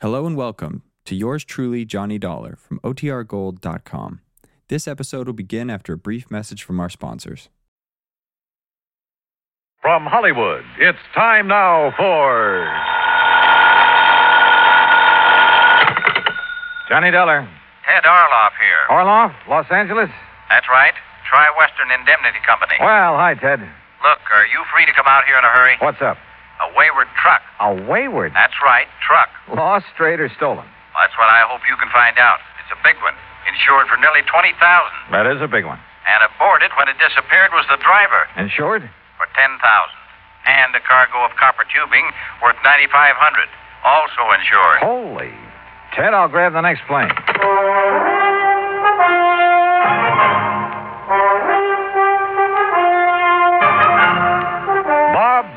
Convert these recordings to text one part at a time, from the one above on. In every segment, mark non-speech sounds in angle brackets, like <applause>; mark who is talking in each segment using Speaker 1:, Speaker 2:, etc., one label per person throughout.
Speaker 1: Hello and welcome to yours truly, Johnny Dollar from OTRGold.com. This episode will begin after a brief message from our sponsors.
Speaker 2: From Hollywood, it's time now for. Johnny Deller.
Speaker 3: Ted Arloff here.
Speaker 2: Orloff, Los Angeles?
Speaker 3: That's right. Try Western Indemnity Company.
Speaker 2: Well, hi, Ted.
Speaker 3: Look, are you free to come out here in a hurry?
Speaker 2: What's up?
Speaker 3: A wayward truck.
Speaker 2: A wayward.
Speaker 3: That's right, truck.
Speaker 2: Lost, strayed, or stolen?
Speaker 3: That's what I hope you can find out. It's a big one. Insured for nearly 20000
Speaker 2: That is a big one.
Speaker 3: And aboard it when it disappeared was the driver
Speaker 2: Insured?
Speaker 3: for 10000 And a cargo of copper tubing worth 9500 Also insured.
Speaker 2: Holy. Ted, I'll grab the next plane. Bob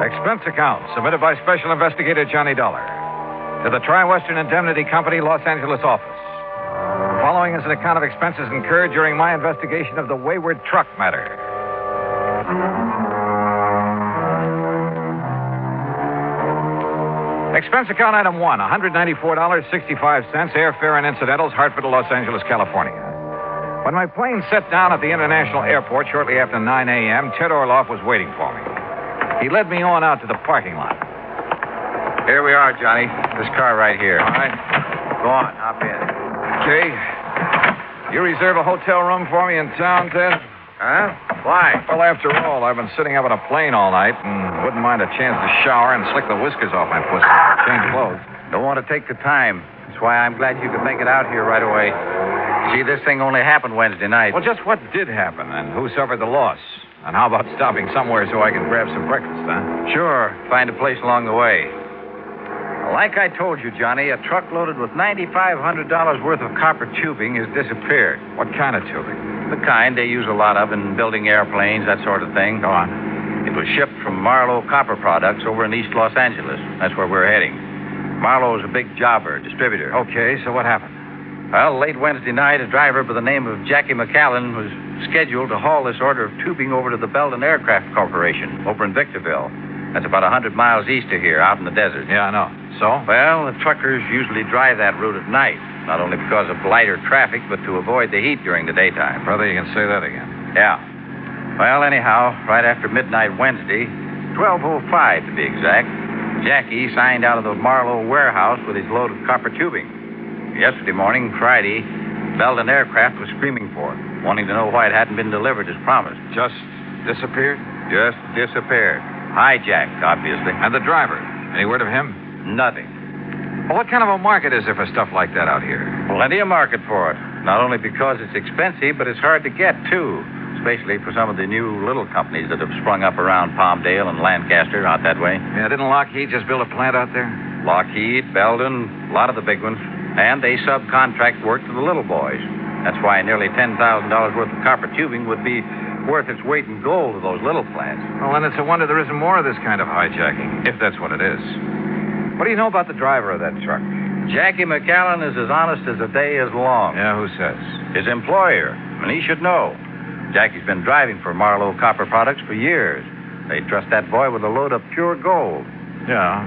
Speaker 2: Expense account submitted by Special Investigator Johnny Dollar to the Tri Western Indemnity Company, Los Angeles office. Following is an account of expenses incurred during my investigation of the wayward truck matter. Expense account item one $194.65, airfare and incidentals, Hartford to Los Angeles, California. When my plane set down at the international airport shortly after 9 a.m., Ted Orloff was waiting for me. He led me on out to the parking lot.
Speaker 3: Here we are, Johnny. This car right here.
Speaker 2: All right. Go on, hop in. Okay. You reserve a hotel room for me in town, Ted?
Speaker 3: Huh? Why?
Speaker 2: Well, after all, I've been sitting up in a plane all night and wouldn't mind a chance to shower and slick the whiskers off my pussy. Change clothes.
Speaker 3: Don't want to take the time. That's why I'm glad you could make it out here right away. See, this thing only happened Wednesday night.
Speaker 2: Well, just what did happen and who suffered the loss? And how about stopping somewhere so I can grab some breakfast, huh?
Speaker 3: Sure, find a place along the way. Like I told you, Johnny, a truck loaded with $9,500 worth of copper tubing has disappeared.
Speaker 2: What kind of tubing?
Speaker 3: The kind they use a lot of in building airplanes, that sort of thing.
Speaker 2: Go on.
Speaker 3: It was shipped from Marlowe Copper Products over in East Los Angeles. That's where we're heading. Marlowe's a big jobber, distributor.
Speaker 2: Okay, so what happened?
Speaker 3: Well, late Wednesday night, a driver by the name of Jackie McAllen was scheduled to haul this order of tubing over to the Belden Aircraft Corporation over in Victorville. That's about a 100 miles east of here, out in the desert.
Speaker 2: Yeah, I know. So?
Speaker 3: Well, the truckers usually drive that route at night, not only because of lighter traffic, but to avoid the heat during the daytime.
Speaker 2: Brother, you can say that again.
Speaker 3: Yeah. Well, anyhow, right after midnight Wednesday, 1205 to be exact, Jackie signed out of the Marlowe warehouse with his load of copper tubing. Yesterday morning, Friday, Belden Aircraft was screaming for it, wanting to know why it hadn't been delivered as promised.
Speaker 2: Just disappeared?
Speaker 3: Just disappeared. Hijacked, obviously.
Speaker 2: And the driver? Any word of him?
Speaker 3: Nothing.
Speaker 2: Well, what kind of a market is there for stuff like that out here?
Speaker 3: Plenty of market for it. Not only because it's expensive, but it's hard to get, too. Especially for some of the new little companies that have sprung up around Palmdale and Lancaster out that way.
Speaker 2: Yeah, didn't Lockheed just build a plant out there?
Speaker 3: Lockheed, Belden, a lot of the big ones. And they subcontract work to the little boys. That's why nearly $10,000 worth of copper tubing would be worth its weight in gold to those little plants.
Speaker 2: Well, then it's a wonder there isn't more of this kind of hijacking, if that's what it is. What do you know about the driver of that truck?
Speaker 3: Jackie McAllen is as honest as the day is long.
Speaker 2: Yeah, who says?
Speaker 3: His employer, and he should know. Jackie's been driving for Marlowe Copper Products for years. They trust that boy with a load of pure gold.
Speaker 2: Yeah.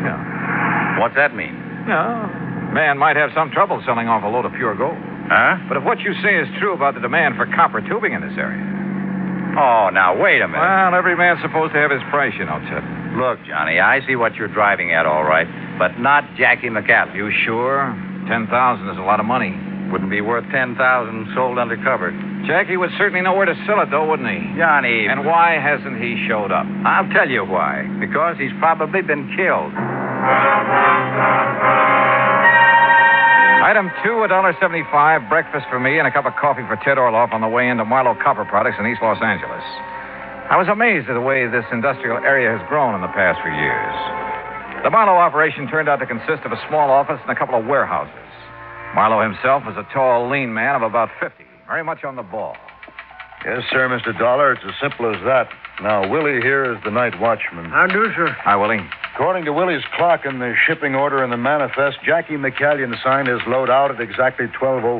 Speaker 2: Yeah.
Speaker 3: What's that mean?
Speaker 2: Yeah. Man might have some trouble selling off a load of pure gold.
Speaker 3: Huh?
Speaker 2: But if what you say is true about the demand for copper tubing in this area.
Speaker 3: Oh, now, wait a minute.
Speaker 2: Well, every man's supposed to have his price, you know, Ted.
Speaker 3: Look, Johnny, I see what you're driving at, all right, but not Jackie McAllen.
Speaker 2: You sure? Ten thousand is a lot of money.
Speaker 3: wouldn't be worth 10000 sold undercover.
Speaker 2: Jackie would certainly know where to sell it, though, wouldn't he?
Speaker 3: Johnny,
Speaker 2: And why hasn't he showed up?
Speaker 3: I'll tell you why. Because he's probably been killed.
Speaker 2: Item two, $1.75, breakfast for me and a cup of coffee for Ted Orloff on the way into Marlowe Copper Products in East Los Angeles. I was amazed at the way this industrial area has grown in the past few years.
Speaker 3: The Marlowe operation turned out to consist of a small office and a couple of warehouses. Marlowe himself was a tall, lean man of about 50, very much on the ball.
Speaker 2: Yes, sir, Mr. Dollar. It's as simple as that. Now, Willie here is the night watchman.
Speaker 4: How do, sir?
Speaker 3: Hi, Willie.
Speaker 2: According to Willie's clock and the shipping order in the manifest, Jackie McCallion signed his load out at exactly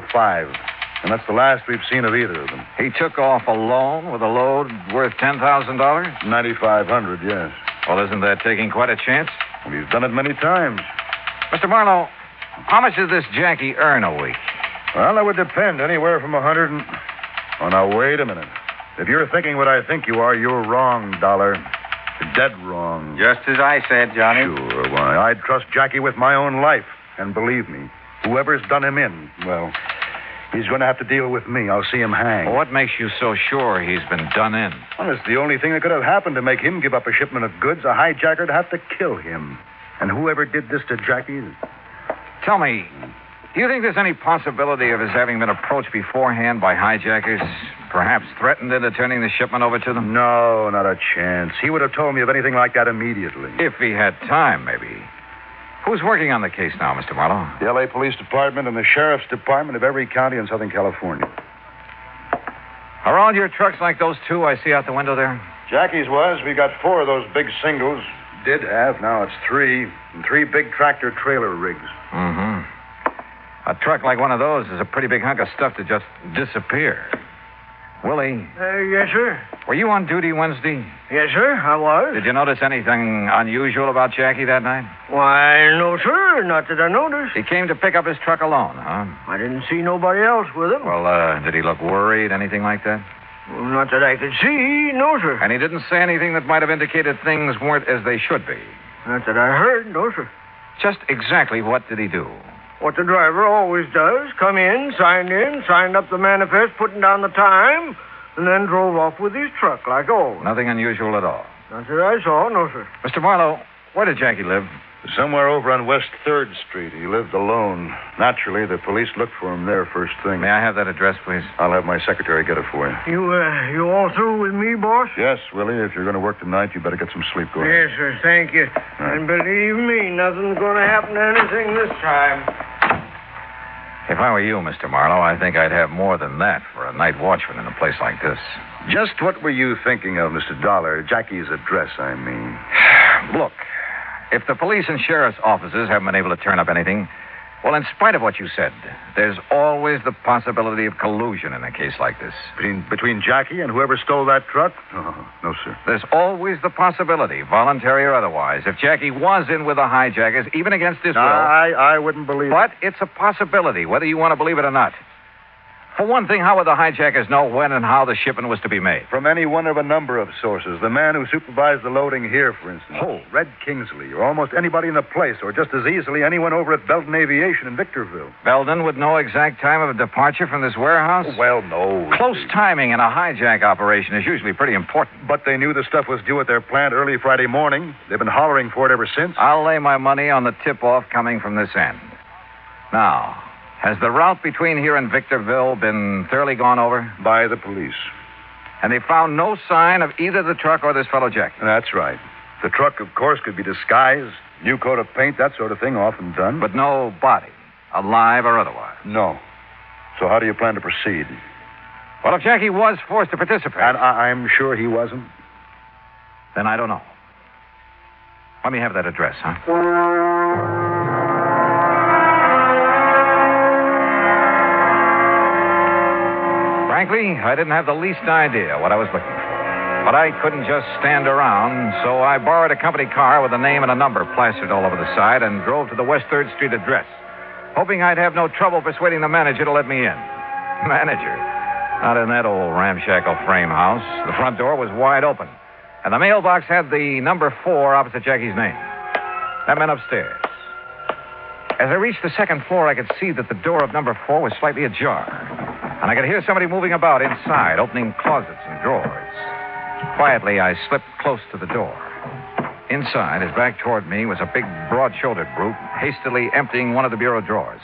Speaker 2: 12.05. And that's the last we've seen of either of them.
Speaker 3: He took off alone with a load worth $10,000?
Speaker 2: 9,500, yes.
Speaker 3: Well, isn't that taking quite a chance?
Speaker 2: And he's done it many times.
Speaker 3: Mr. Marlowe, how much does this Jackie earn a week?
Speaker 2: Well, that would depend anywhere from a 100 and... Oh, now, wait a minute. If you're thinking what I think you are, you're wrong, Dollar. You're dead wrong.
Speaker 5: Just as I said, Johnny.
Speaker 2: Sure, why, I'd trust Jackie with my own life. And believe me, whoever's done him in, well, he's going to have to deal with me. I'll see him hang.
Speaker 3: What makes you so sure he's been done in?
Speaker 2: Well, it's the only thing that could have happened to make him give up a shipment of goods. A hijacker'd have to kill him. And whoever did this to Jackie...
Speaker 3: Tell me, do you think there's any possibility of his having been approached beforehand by hijackers? Perhaps threatened into turning the shipment over to them?
Speaker 2: No, not a chance. He would have told me of anything like that immediately.
Speaker 3: If he had time, maybe. Who's working on the case now, Mr. Marlowe?
Speaker 2: The L.A. Police Department and the Sheriff's Department of every county in Southern California.
Speaker 3: Are all your trucks like those two I see out the window there?
Speaker 2: Jackie's was. We got four of those big singles. Did have. Now it's three. And three big tractor trailer rigs.
Speaker 3: Mm-hmm. A truck like one of those is a pretty big hunk of stuff to just disappear. Willie,
Speaker 4: Uh, yes, sir.
Speaker 3: were you on duty Wednesday?
Speaker 4: Yes, sir. I was.
Speaker 3: Did you notice anything unusual about Jackie that night?
Speaker 4: Why, no, sir. Not that I noticed.
Speaker 3: He came to pick up his truck alone, huh?
Speaker 4: I didn't see nobody else with him.
Speaker 3: Well, uh, did he look worried, anything like that?
Speaker 4: Well, not that I could see. No, sir.
Speaker 3: And he didn't say anything that might have indicated things weren't as they should be.
Speaker 4: Not that I heard. No, sir.
Speaker 3: Just exactly what did he do?
Speaker 4: What the driver always does come in, signed in, signed up the manifest, putting down the time, and then drove off with his truck like always.
Speaker 3: Nothing unusual at all.
Speaker 4: Not that I saw. No, sir.
Speaker 3: Mr. Marlowe, where did Jackie live?
Speaker 2: Somewhere over on West 3rd Street. He lived alone. Naturally, the police looked for him there first thing.
Speaker 3: May I have that address, please?
Speaker 2: I'll have my secretary get it for you.
Speaker 4: You, uh, you all through with me, boss?
Speaker 2: Yes, Willie, if you're going to work tonight, you better get some sleep. Go ahead.
Speaker 4: Yes, sir. Thank you. And believe me, nothing's going to happen to anything this time.
Speaker 3: If I were you, Mr. Marlowe, I think I'd have more than that for a night watchman in a place like this.
Speaker 2: Just what were you thinking of, Mr. Dollar? Jackie's address, I mean.
Speaker 3: <sighs> Look, if the police and sheriff's offices haven't been able to turn up anything, well, in spite of what you said, there's always the possibility of collusion in a case like this.
Speaker 2: Between, between Jackie and whoever stole that truck? Oh, no, sir.
Speaker 3: There's always the possibility, voluntary or otherwise, if Jackie was in with the hijackers, even against his
Speaker 2: No,
Speaker 3: will.
Speaker 2: I, I wouldn't believe
Speaker 3: But it's a possibility, whether you want to believe it or not. For one thing, how would the hijackers know when and how the shipment was to be made?
Speaker 2: From any one of a number of sources. The man who supervised the loading here, for instance. Oh. Red Kingsley, or almost anybody in the place, or just as easily anyone over at Belton Aviation in Victorville.
Speaker 3: Belden would know exact time of departure from this warehouse?
Speaker 2: Well, no.
Speaker 3: Close timing in a hijack operation is usually pretty important.
Speaker 2: But they knew the stuff was due at their plant early Friday morning. They've been hollering for it ever since.
Speaker 3: I'll lay my money on the tip off coming from this end. Now, has the route between here and Victorville been thoroughly gone over?
Speaker 2: By the police.
Speaker 3: And they found no sign of either the truck or this fellow Jack.
Speaker 2: That's right. The truck, of course, could be disguised. New coat of paint, that sort of thing, often done.
Speaker 3: But no body, alive or otherwise.
Speaker 2: no. So how do you plan to proceed?
Speaker 3: Well, if Jackie was forced to participate,
Speaker 2: And I- I'm sure he wasn't.
Speaker 3: then I don't know. Let me have that address, huh? Frankly, I didn't have the least idea what I was looking for. But I couldn't just stand around, so I borrowed a company car with a name and a number plastered all over the side and drove to the West 3rd Street address, hoping I'd have no trouble persuading the manager to let me in. Manager? Not in that old ramshackle frame house. The front door was wide open, and the mailbox had the number four opposite Jackie's name. That meant upstairs. As I reached the second floor, I could see that the door of number four was slightly ajar. And I could hear somebody moving about inside, opening closets and drawers. Quietly, I slipped close to the door. Inside, his back toward me, was a big, broad shouldered brute, hastily emptying one of the bureau drawers.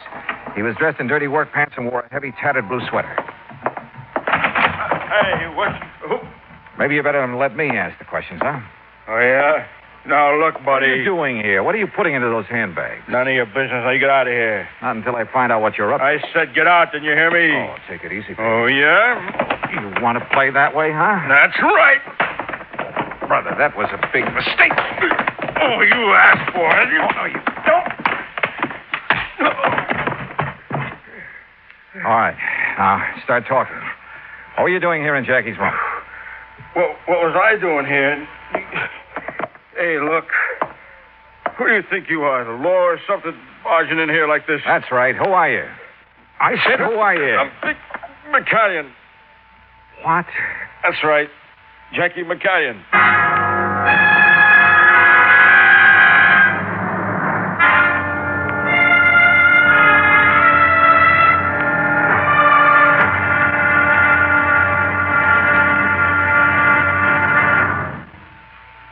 Speaker 3: He was dressed in dirty work pants and wore a heavy, tattered blue sweater.
Speaker 6: Hey, what?
Speaker 3: Maybe you better let me ask the questions, huh?
Speaker 6: Oh, yeah?
Speaker 4: Now, look,
Speaker 2: What are
Speaker 4: buddy.
Speaker 2: you doing here? What are you putting into those handbags?
Speaker 4: None of your business. Now, you get out of here.
Speaker 2: Not until I find out what you're up to.
Speaker 4: I said get out. Didn't you hear me?
Speaker 2: Oh, take it easy.
Speaker 4: Oh, yeah?
Speaker 2: You want to play that way, huh?
Speaker 4: That's right.
Speaker 2: Brother, that was a big mistake.
Speaker 4: Oh, you asked for it. You...
Speaker 2: no, you don't. All right. Now, start talking. What were you doing here in Jackie's room?
Speaker 4: What, what was I doing here? Hey, look. Who do you think you are? The law or something barging in here like this?
Speaker 2: That's right. Who are you? I said, who are you?
Speaker 4: I'm Vic McCallion.
Speaker 2: What?
Speaker 4: That's right. Jackie McCallion.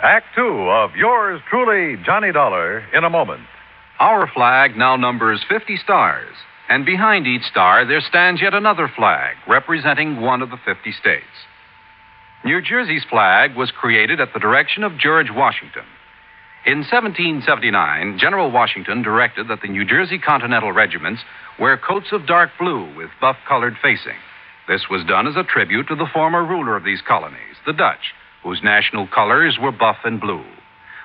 Speaker 3: Act two of yours truly, Johnny Dollar, in a moment. Our flag now numbers 50 stars, and behind each star there stands yet another flag representing one of the 50 states. New Jersey's flag was created at the direction of George Washington. In 1779, General Washington directed that the New Jersey Continental Regiments wear coats of dark blue with buff colored facing. This was done as a tribute to the former ruler of these colonies, the Dutch, whose national colors were buff and blue.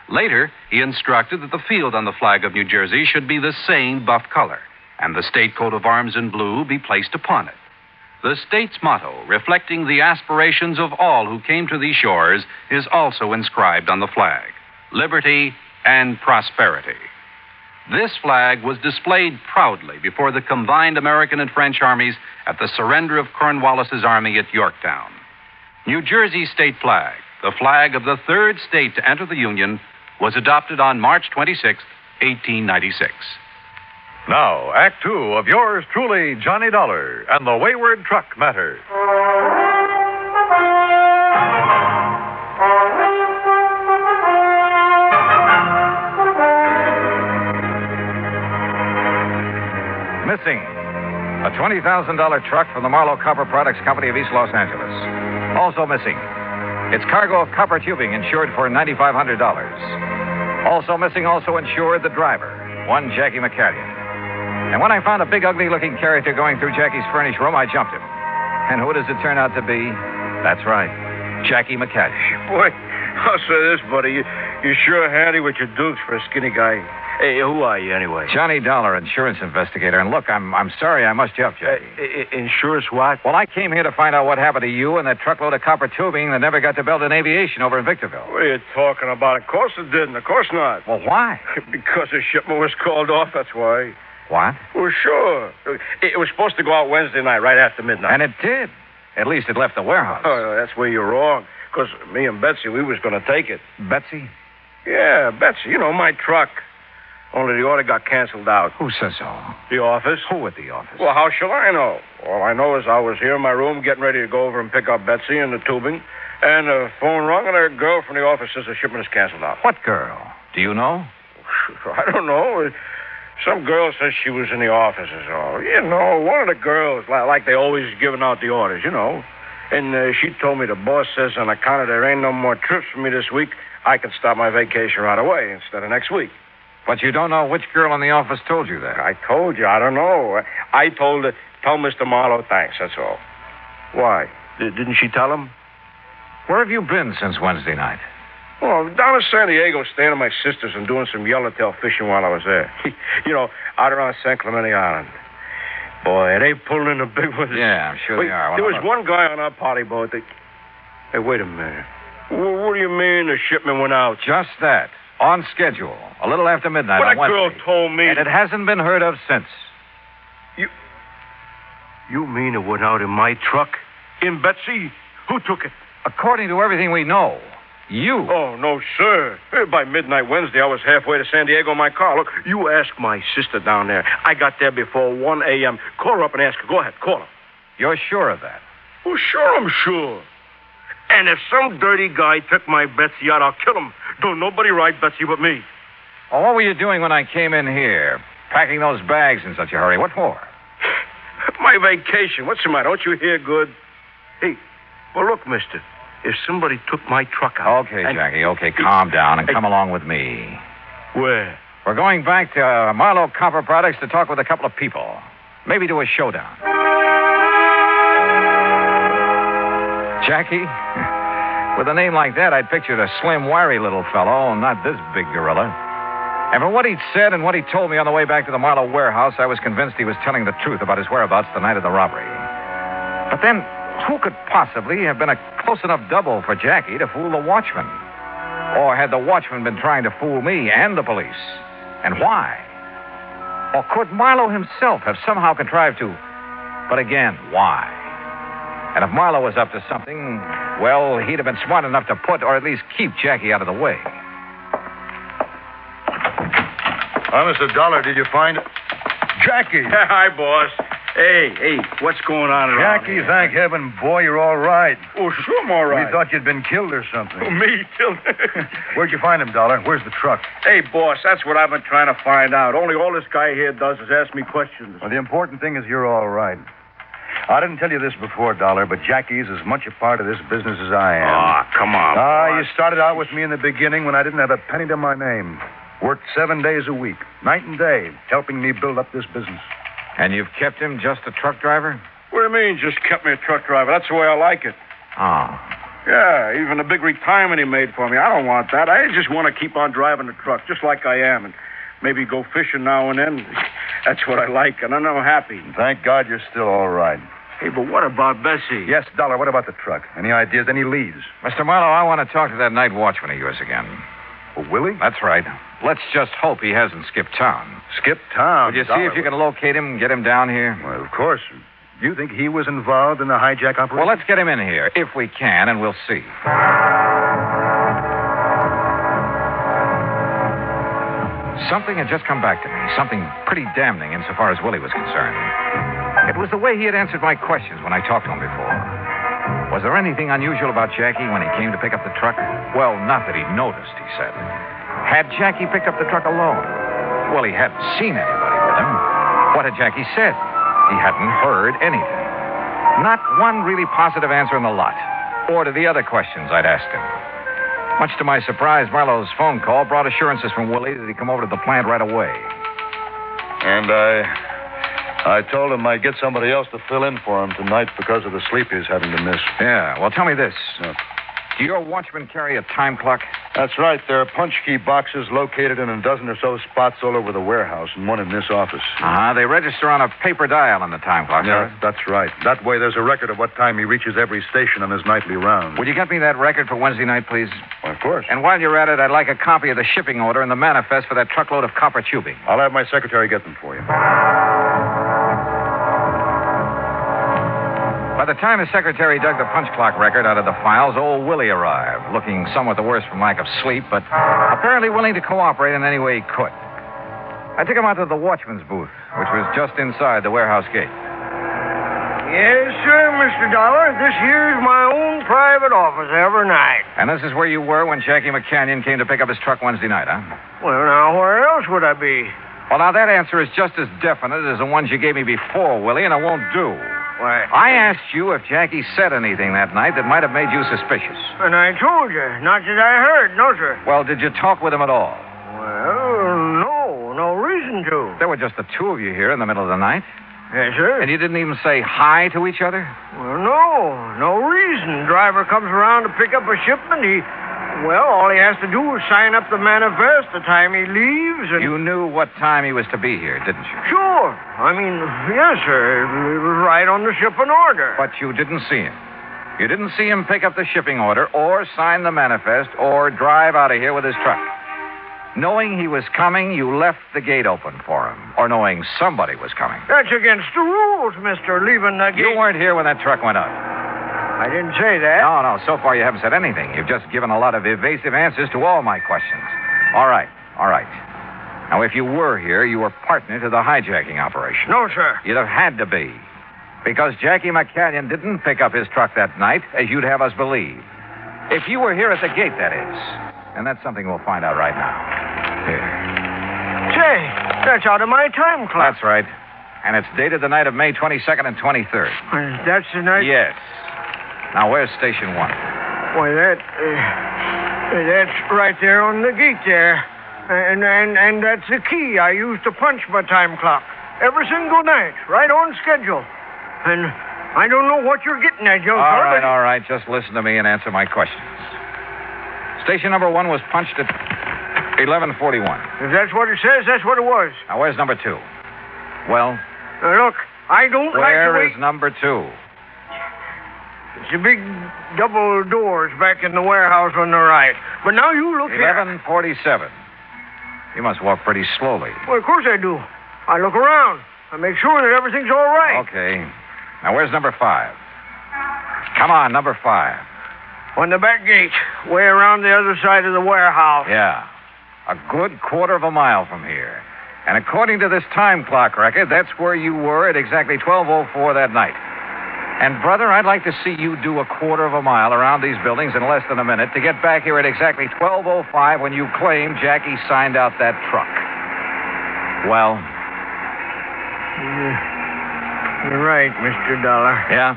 Speaker 3: Later, he instructed that the field on the flag of New Jersey should be the same buff color, and the state coat of arms in blue be placed upon it. The state's motto, reflecting the aspirations of all who came to these shores, is also inscribed on the flag Liberty and Prosperity. This flag was displayed proudly before the combined American and French armies at the surrender of Cornwallis's army at Yorktown. New Jersey's state flag, the flag of the third state to enter the Union, was adopted on March 26, 1896. Now, Act Two of yours truly, Johnny Dollar and the Wayward Truck Matter.
Speaker 2: Missing. A $20,000 truck from the Marlow Copper Products Company of East Los Angeles. Also missing. Its cargo of copper tubing insured for $9,500. Also missing, also insured the driver, one Jackie McCallion. And when I found a big, ugly looking character going through Jackie's furnished room, I jumped him. And who does it turn out to be? That's right, Jackie McCallion.
Speaker 4: Boy, I'll say Oh, this, buddy. You, you're sure handy with your dukes for a skinny guy. Hey, who are you anyway?
Speaker 2: Johnny Dollar, insurance investigator. And look, I'm, I'm sorry I must jump,
Speaker 4: Uh,
Speaker 2: Jackie.
Speaker 4: i- i- insurance what?
Speaker 2: Well, I came here to find out what happened to you and that truckload of copper tubing that never got to Belden Aviation over in Victorville.
Speaker 4: What are you talking about? Of course it didn't. Of course not. <laughs>
Speaker 2: Well, why?
Speaker 4: Because the shipment was called off, that's why.
Speaker 2: What?
Speaker 4: Well, sure. It, it was supposed to go out Wednesday night, right after midnight.
Speaker 2: And it did. At least it left the warehouse.
Speaker 4: Oh, that's where you're wrong. Because me and Betsy, we was going to take it.
Speaker 2: Betsy?
Speaker 4: Yeah, Betsy, you know, my truck. Only the order got canceled out.
Speaker 2: Who says so?
Speaker 4: The office?
Speaker 2: Who at the office?
Speaker 4: Well, how shall I know? All I know is I was here in my room getting ready to go over and pick up Betsy and the tubing. And the phone rung, and a girl from the office says the shipment is canceled out.
Speaker 2: What girl? Do you know?
Speaker 4: <laughs> I don't know. Some girl says she was in the office or so. You know, one of the girls, li- like they always giving out the orders, you know. And uh, she told me the boss says on account of there ain't no more trips for me this week, I can start my vacation right away instead of next week.
Speaker 2: But you don't know which girl in the office told you that.
Speaker 4: I told you, I don't know. I told her, tell Mr. Marlowe thanks, that's all. Why? D- didn't she tell him?
Speaker 2: Where have you been since Wednesday night?
Speaker 4: Well, down in San Diego, staying at my sister's and doing some yellowtail fishing while I was there. <laughs> you know, out around San Clemente Island. Boy, they pulling in the big ones.
Speaker 2: Yeah, I'm sure
Speaker 4: Wait,
Speaker 2: they are. What
Speaker 4: There was
Speaker 2: about-
Speaker 4: one guy on our party boat that. Hey, wait a minute. Wh- what do you mean the shipment went out?
Speaker 2: Just that. On schedule. A little after midnight
Speaker 4: But
Speaker 2: on
Speaker 4: that girl
Speaker 2: Wednesday.
Speaker 4: told me.
Speaker 2: And it hasn't been heard of since.
Speaker 4: You mean it went out in my truck? In Betsy? Who took it?
Speaker 2: According to everything we know, you.
Speaker 4: Oh, no, sir. Eh, By midnight Wednesday, I was halfway to San Diego in my car. Look, you ask my sister down there. I got there before 1 a.m. Call her up and ask her. Go ahead, call her.
Speaker 2: You're sure of that?
Speaker 4: Oh, sure, I'm sure. And if some dirty guy took my Betsy out, I'll kill him. Don't nobody ride Betsy but me.
Speaker 2: Well, what were you doing when I came in here? Packing those bags in such a hurry. What for?
Speaker 4: My vacation. What's the matter? Don't you hear good? Hey, well, look, mister. if somebody took my truck out.
Speaker 2: Okay,
Speaker 4: and-
Speaker 2: Jackie, okay, calm down and come along with me.
Speaker 4: Where?
Speaker 2: We're going back to uh, Marlowe Copper Products to talk with a couple of people. Maybe to a showdown. Jackie? <laughs> With a name like that, I'd pictured a slim, wiry little fellow, not this big gorilla. And from what he'd said and what he told me on the way back to the Marlowe warehouse, I was convinced he was telling the truth about his whereabouts the night of the robbery. But then, who could possibly have been a close enough double for Jackie to fool the watchman? Or had the watchman been trying to fool me and the police? And why? Or could Marlowe himself have somehow contrived to? But again, why? And if Marlowe was up to something, well, he'd have been smart enough to put or at least keep Jackie out of the way.
Speaker 7: Honest, a dollar, did you find it? Jackie!
Speaker 4: <laughs> Hi, boss. Hey, hey, what's going on around
Speaker 7: Jackie, thank heaven, boy, you're all right.
Speaker 4: Oh, sure, I'm all right.
Speaker 7: We thought you'd been killed or
Speaker 4: Oh,
Speaker 7: something.
Speaker 4: me <laughs> too.
Speaker 7: Where'd you find him, Dollar? Where's the truck?
Speaker 4: hey, boss, that's what I've been trying to find out. Only all this guy here does is ask me questions.
Speaker 7: Well, the important thing is you're all right. I didn't tell you this before, Dollar, but Jackie's as much a part of this business as I am.
Speaker 4: Ah, come on.
Speaker 7: Ah,
Speaker 4: boss.
Speaker 7: you started out with me in the beginning when I didn't have a penny to my name. Worked seven days a week, night and day, helping me build up this business.
Speaker 2: And you've kept him just a truck driver?
Speaker 4: What do you mean, just kept me a truck driver? That's the way I like it.
Speaker 2: Ah.
Speaker 4: Yeah, even the big retirement he made for me. I don't want that. I just want to keep on driving the truck, just like I am, and maybe go fishing now and then. <laughs> That's what I like, and I'm happy.
Speaker 7: Thank God you're still all right.
Speaker 4: Hey, but what about Bessie?
Speaker 7: Yes, Dollar, what about the truck? Any ideas, any leads?
Speaker 2: Mr. Marlowe, I want to talk to that night watchman of yours again.
Speaker 7: Well, Willie?
Speaker 2: That's right. Let's just hope he hasn't skipped town.
Speaker 7: Skip town.
Speaker 2: Would you see if you can locate him, get him down here?
Speaker 7: Well, of course. You think he was involved in the hijack operation?
Speaker 2: Well, let's get him in here, if we can, and we'll see. Something had just come back to me, something pretty damning insofar as Willie was concerned. It was the way he had answered my questions when I talked to him before. Was there anything unusual about Jackie when he came to pick up the truck? Well, not that he noticed, he said. Had Jackie picked up the truck alone? Well, he hadn't seen anybody with him. What had Jackie said? He hadn't heard anything. Not one really positive answer in the lot, or to the other questions I'd asked him. Much to my surprise, Marlowe's phone call brought assurances from Willie that he'd come over to the plant right away.
Speaker 7: And I. I told him I'd get somebody else to fill in for him tonight because of the sleep he's having to miss.
Speaker 2: Yeah, well, tell me this.
Speaker 7: Yeah.
Speaker 2: Do your watchmen carry a time clock?
Speaker 7: That's right. There are punch key boxes located in a dozen or so spots all over the warehouse, and one in this office.
Speaker 2: Uh-huh, they register on a paper dial on the time clock.
Speaker 7: Yeah,
Speaker 2: sir.
Speaker 7: that's right. That way there's a record of what time he reaches every station on his nightly round.
Speaker 2: Would you get me that record for Wednesday night, please?
Speaker 7: Well, of course.
Speaker 2: And while you're at it, I'd like a copy of the shipping order and the manifest for that truckload of copper tubing.
Speaker 7: I'll have my secretary get them for you.
Speaker 2: By the time his secretary dug the punch clock record out of the files, old Willie arrived, looking somewhat the worse from lack of sleep, but apparently willing to cooperate in any way he could. I took him out to the watchman's booth, which was just inside the warehouse gate.
Speaker 8: Yes, sir, Mr. Dollar. This here's my own private office every night.
Speaker 2: And this is where you were when Jackie McCanyon came to pick up his truck Wednesday night, huh?
Speaker 8: Well, now, where else would I be?
Speaker 2: Well, now that answer is just as definite as the ones you gave me before, Willie, and it won't do.
Speaker 8: Why,
Speaker 2: I asked you if Jackie said anything that night that might have made you suspicious.
Speaker 8: and I told you. Not that I heard, no, sir.
Speaker 2: Well, did you talk with him at all?
Speaker 8: Well, no, no reason to.
Speaker 2: There were just the two of you here in the middle of the night.
Speaker 8: Yes, sir.
Speaker 2: And you didn't even say hi to each other?
Speaker 8: Well, no, no reason. Driver comes around to pick up a shipment. He, well, all he has to do is sign up the manifest the time he leaves. And
Speaker 2: You knew what time he was to be here, didn't you?
Speaker 8: sure? I mean, yes, sir. It was right on the shipping order.
Speaker 2: But you didn't see him. You didn't see him pick up the shipping order or sign the manifest or drive out of here with his truck. Knowing he was coming, you left the gate open for him, or knowing somebody was coming.
Speaker 8: that's against the rules, Mister. Leaving the
Speaker 2: You
Speaker 8: gate.
Speaker 2: weren't here when that truck went up.
Speaker 8: I didn't say that.
Speaker 2: No, no, so far you haven't said anything. You've just given a lot of evasive answers to all my questions. All right, all right. Now, if you were here, you were partner to the hijacking operation.
Speaker 8: No, sir.
Speaker 2: You'd have had to be. Because Jackie McCanyon didn't pick up his truck that night, as you'd have us believe. If you were here at the gate, that is. And that's something we'll find out right now. Here.
Speaker 8: Say, that's out of my time clock.
Speaker 2: That's right. And it's dated the night of May 22nd and 23rd.
Speaker 8: That's the night.
Speaker 2: Yes. Now, where's Station 1?
Speaker 8: Why, that. Uh, that's right there on the gate there. And, and, and that's the key I use to punch my time clock. Every single night, right on schedule. And I don't know what you're getting at, young
Speaker 2: All
Speaker 8: fellow,
Speaker 2: right,
Speaker 8: but-
Speaker 2: all right. Just listen to me and answer my questions. Station number one was punched at 1141.
Speaker 8: If that's what it says, that's what it was.
Speaker 2: Now, where's number two? Well,
Speaker 8: Uh, look, I don't like the
Speaker 2: where
Speaker 8: way...
Speaker 2: is number two?
Speaker 8: It's the big double doors back in the warehouse on the right. But now you look here.
Speaker 2: 1147. You must walk pretty slowly.
Speaker 8: Well, of course I do. I look around. I make sure that everything's all right.
Speaker 2: Okay. Now, where's number five? Come on, number five.
Speaker 8: On the back gate, way around the other side of the warehouse.
Speaker 2: Yeah. A good quarter of a mile from here. And according to this time clock record, that's where you were at exactly 1204 that night. And, brother, I'd like to see you do a quarter of a mile around these buildings in less than a minute to get back here at exactly 1205 when you claim Jackie signed out that truck. Well,
Speaker 8: You're right, Mr. Dollar.
Speaker 2: yeah?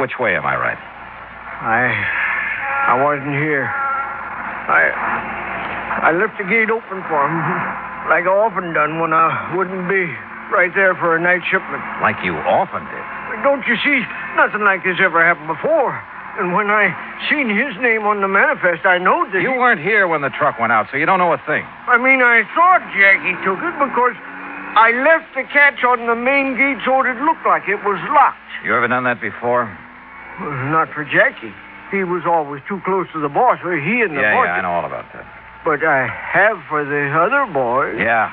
Speaker 2: Which way am I right?
Speaker 8: I I wasn't here. I I left the gate open for him, <laughs> like I often done when I wouldn't be right there for a night shipment.
Speaker 2: Like you often did.
Speaker 8: Don't you see? Nothing like this ever happened before. And when I seen his name on the manifest, I knowed that.
Speaker 2: You
Speaker 8: he-
Speaker 2: weren't here when the truck went out, so you don't know a thing.
Speaker 8: I mean, I thought Jackie took it because I left the catch on the main gate so it looked like it was locked.
Speaker 2: You ever done that before?
Speaker 8: Well, not for Jackie. He was always too close to the boss. Or he and the
Speaker 2: yeah,
Speaker 8: boss.
Speaker 2: yeah, I know all about that.
Speaker 8: But I have for the other boys.
Speaker 2: Yeah.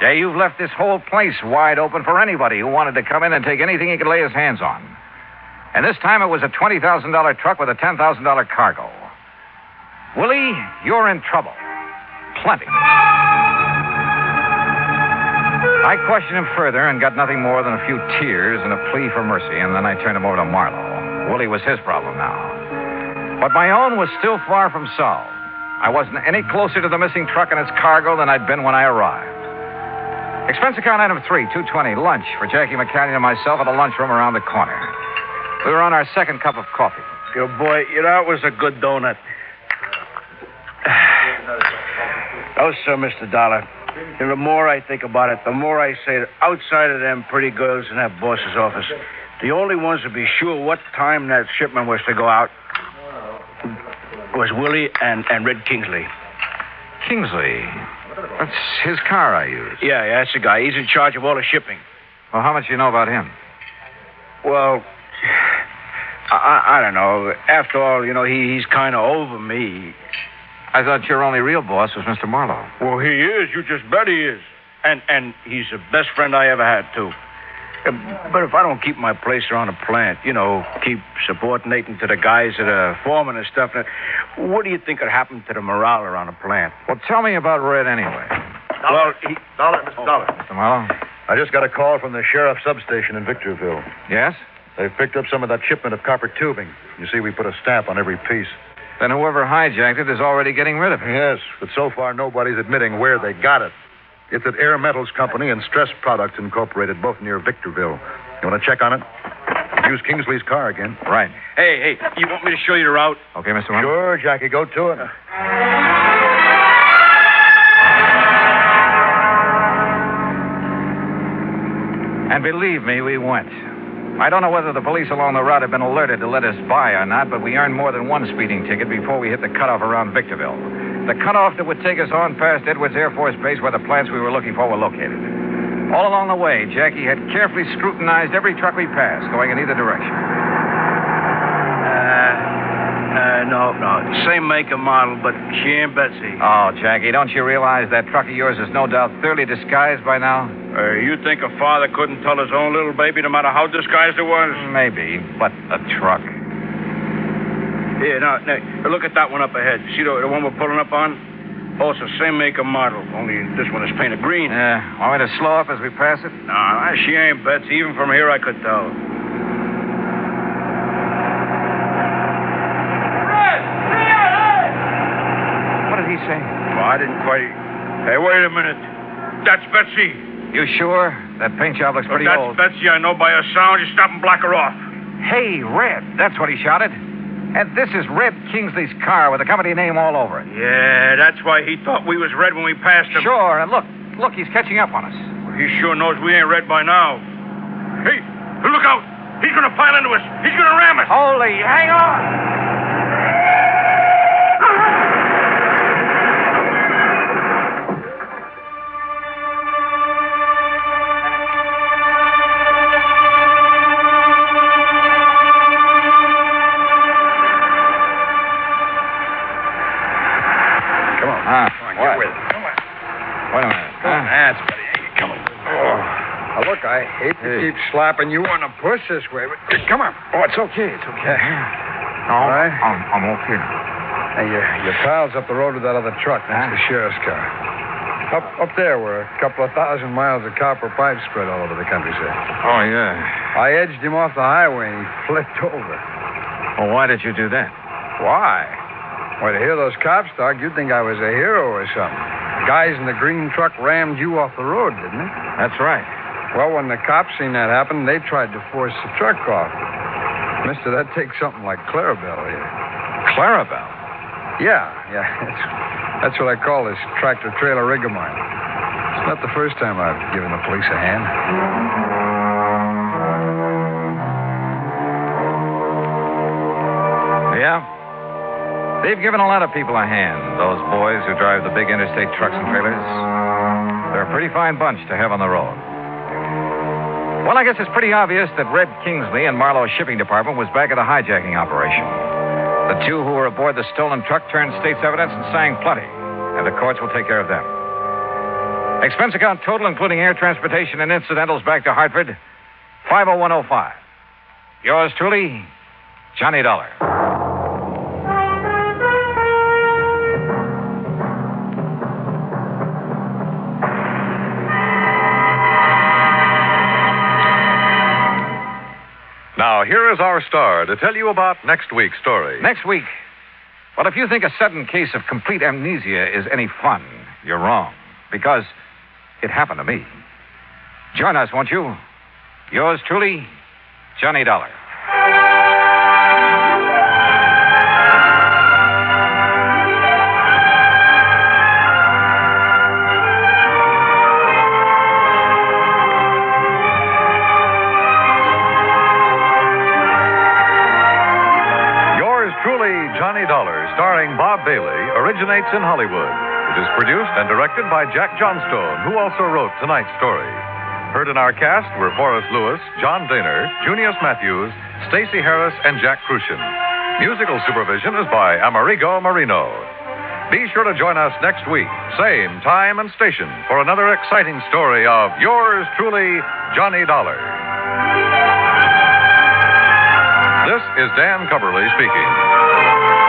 Speaker 2: Yeah, you've left this whole place wide open for anybody who wanted to come in and take anything he could lay his hands on. And this time it was a $20,000 truck with a $10,000 cargo. Willie, you're in trouble. Plenty. I questioned him further and got nothing more than a few tears and a plea for mercy, and then I turned him over to Marlowe. Willie was his problem now. But my own was still far from solved. I wasn't any closer to the missing truck and its cargo than I'd been when I arrived. Expense account item three, 220, lunch for Jackie McCallion and myself at a lunchroom around the corner. We were on our second cup of coffee.
Speaker 4: Your boy, you know, it was a good donut. <sighs> Oh, sir, Mr. Dollar. And the more I think about it, the more I say that outside of them pretty girls in that boss's office, the only ones to be sure what time that shipment was to go out was Willie and, and Red Kingsley.
Speaker 2: Kingsley. That's his car I used.
Speaker 4: Yeah, yeah, that's the guy. He's in charge of all the shipping.
Speaker 2: Well, how much do you know about him?
Speaker 4: Well, <sighs> I, I, I don't know. After all, you know, he, he's kind of over me.
Speaker 2: I thought your only real boss was Mr. Marlowe.
Speaker 4: Well, he is. You just bet he is. And and he's the best friend I ever had too. Uh, But if I don't keep my place around the plant, you know, keep subordinating to the guys that are foremen and stuff, uh, what do you think would happen to the morale around the plant?
Speaker 2: Well, tell me about Red anyway.
Speaker 4: Well, he, Oh.
Speaker 7: Dollar, Mr. Dollar.
Speaker 2: Mr. Marlowe?
Speaker 7: I just got a call from the sheriff's substation in Victorville.
Speaker 2: Yes?
Speaker 7: They've picked up some of that shipment of copper tubing. You see, we put a stamp on every piece.
Speaker 2: Then whoever hijacked it is already getting rid of it.
Speaker 7: Yes, but so far nobody's admitting where they got it. It's at Air Metals Company and Stress Products Incorporated, both near Victorville. You want to check on it? Use Kingsley's car again.
Speaker 2: Right.
Speaker 4: hey, hey, you want me to show you the route?
Speaker 2: Okay, Mr. Marlowe?
Speaker 7: Sure, Jackie, go to it.
Speaker 2: And believe me, we went. I don't know whether the police along the route had been alerted to let us by or not, but we earned more than one speeding ticket before we hit the cutoff around Victorville. The cutoff that would take us on past Edwards Air Force Base, where the plants we were looking for were located. All along the way, Jackie had carefully scrutinized every truck we passed, going in either direction.
Speaker 4: Uh, uh, no, no, same make and model, but she ain't Betsy.
Speaker 2: Oh, Jackie, don't you realize that truck of yours is no doubt thoroughly disguised by now?
Speaker 4: Uh, you think a father couldn't tell his own little baby, no matter how disguised it was?
Speaker 2: Maybe, but a truck.
Speaker 4: Yeah, now, now look at that one up ahead. See the, the one we're pulling up on? Also, same make and model, only this one is painted green.
Speaker 2: Uh, want me to slow up as we pass it?
Speaker 4: Nah, she ain't Betsy. Even from here, I could tell.
Speaker 2: What did he say?
Speaker 4: Well, I didn't quite. Hey, wait a minute. That's Betsy.
Speaker 2: You sure? That paint job looks
Speaker 4: If
Speaker 2: pretty
Speaker 4: that's
Speaker 2: old.
Speaker 4: Betsy. I know by her sound. You stop and block her off.
Speaker 2: Hey, Red, that's what he shouted. And this is Red Kingsley's car with the company name all over it.
Speaker 9: Yeah, that's why he thought we was red when we passed him.
Speaker 2: Sure, and look, look, he's catching up on us.
Speaker 9: He sure knows we ain't red by now. Hey, look out! He's gonna pile into us. He's gonna ram us.
Speaker 2: Holy, hang on!
Speaker 10: Come on.
Speaker 2: Ah,
Speaker 10: Come on,
Speaker 2: what?
Speaker 10: get with it. Come on.
Speaker 4: Ah.
Speaker 2: Wait a minute. Ah,
Speaker 10: That's better. Yeah, Come on.
Speaker 4: Now, Oh, look, I hate to keep slapping you on the puss this way, but come on.
Speaker 10: Oh, it's okay. It's okay.
Speaker 4: All right.
Speaker 2: I'm, I'm okay now.
Speaker 4: Hey, your, your pal's up the road with that other truck. That's the sheriff's car. Up, up there were a couple of thousand miles of copper pipe spread all over the countryside.
Speaker 2: Oh, yeah.
Speaker 4: I edged him off the highway and he flipped over.
Speaker 2: Well, why did you do that?
Speaker 4: Why? Well, to hear those cops talk, you'd think I was a hero or something. The guys in the green truck rammed you off the road, didn't they?
Speaker 2: That's right.
Speaker 4: Well, when the cops seen that happen, they tried to force the truck off. Mister, that takes something like Clarabelle here.
Speaker 2: Clarabelle.
Speaker 4: Yeah, yeah. <laughs> That's, that's what I call this tractor trailer rig of mine. It's not the first time I've given the police a hand.
Speaker 2: Yeah. They've given a lot of people a hand, those boys who drive the big interstate trucks and trailers. They're a pretty fine bunch to have on the road. Well, I guess it's pretty obvious that Red Kingsley and Marlowe's shipping department was back at the hijacking operation. The two who were aboard the stolen truck turned state's evidence and sang plenty, and the courts will take care of them. Expense account total, including air transportation and incidentals back to Hartford, 50105. Yours truly, Johnny Dollar.
Speaker 11: Now, here is our star to tell you about next week's story.
Speaker 2: Next week. Well, if you think a sudden case of complete amnesia is any fun, you're wrong. Because it happened to me. Join us, won't you? Yours truly, Johnny Dollar.
Speaker 11: Yours truly, Johnny Dollar, starring Bob Bailey, originates in Hollywood. It is produced and directed by Jack Johnstone, who also wrote tonight's story. Heard in our cast were Forrest Lewis, John Daner, Junius Matthews, Stacy Harris, and Jack Crucian. Musical supervision is by Amerigo Marino. Be sure to join us next week, same time and station, for another exciting story of yours truly, Johnny Dollar. This is Dan Coverly speaking.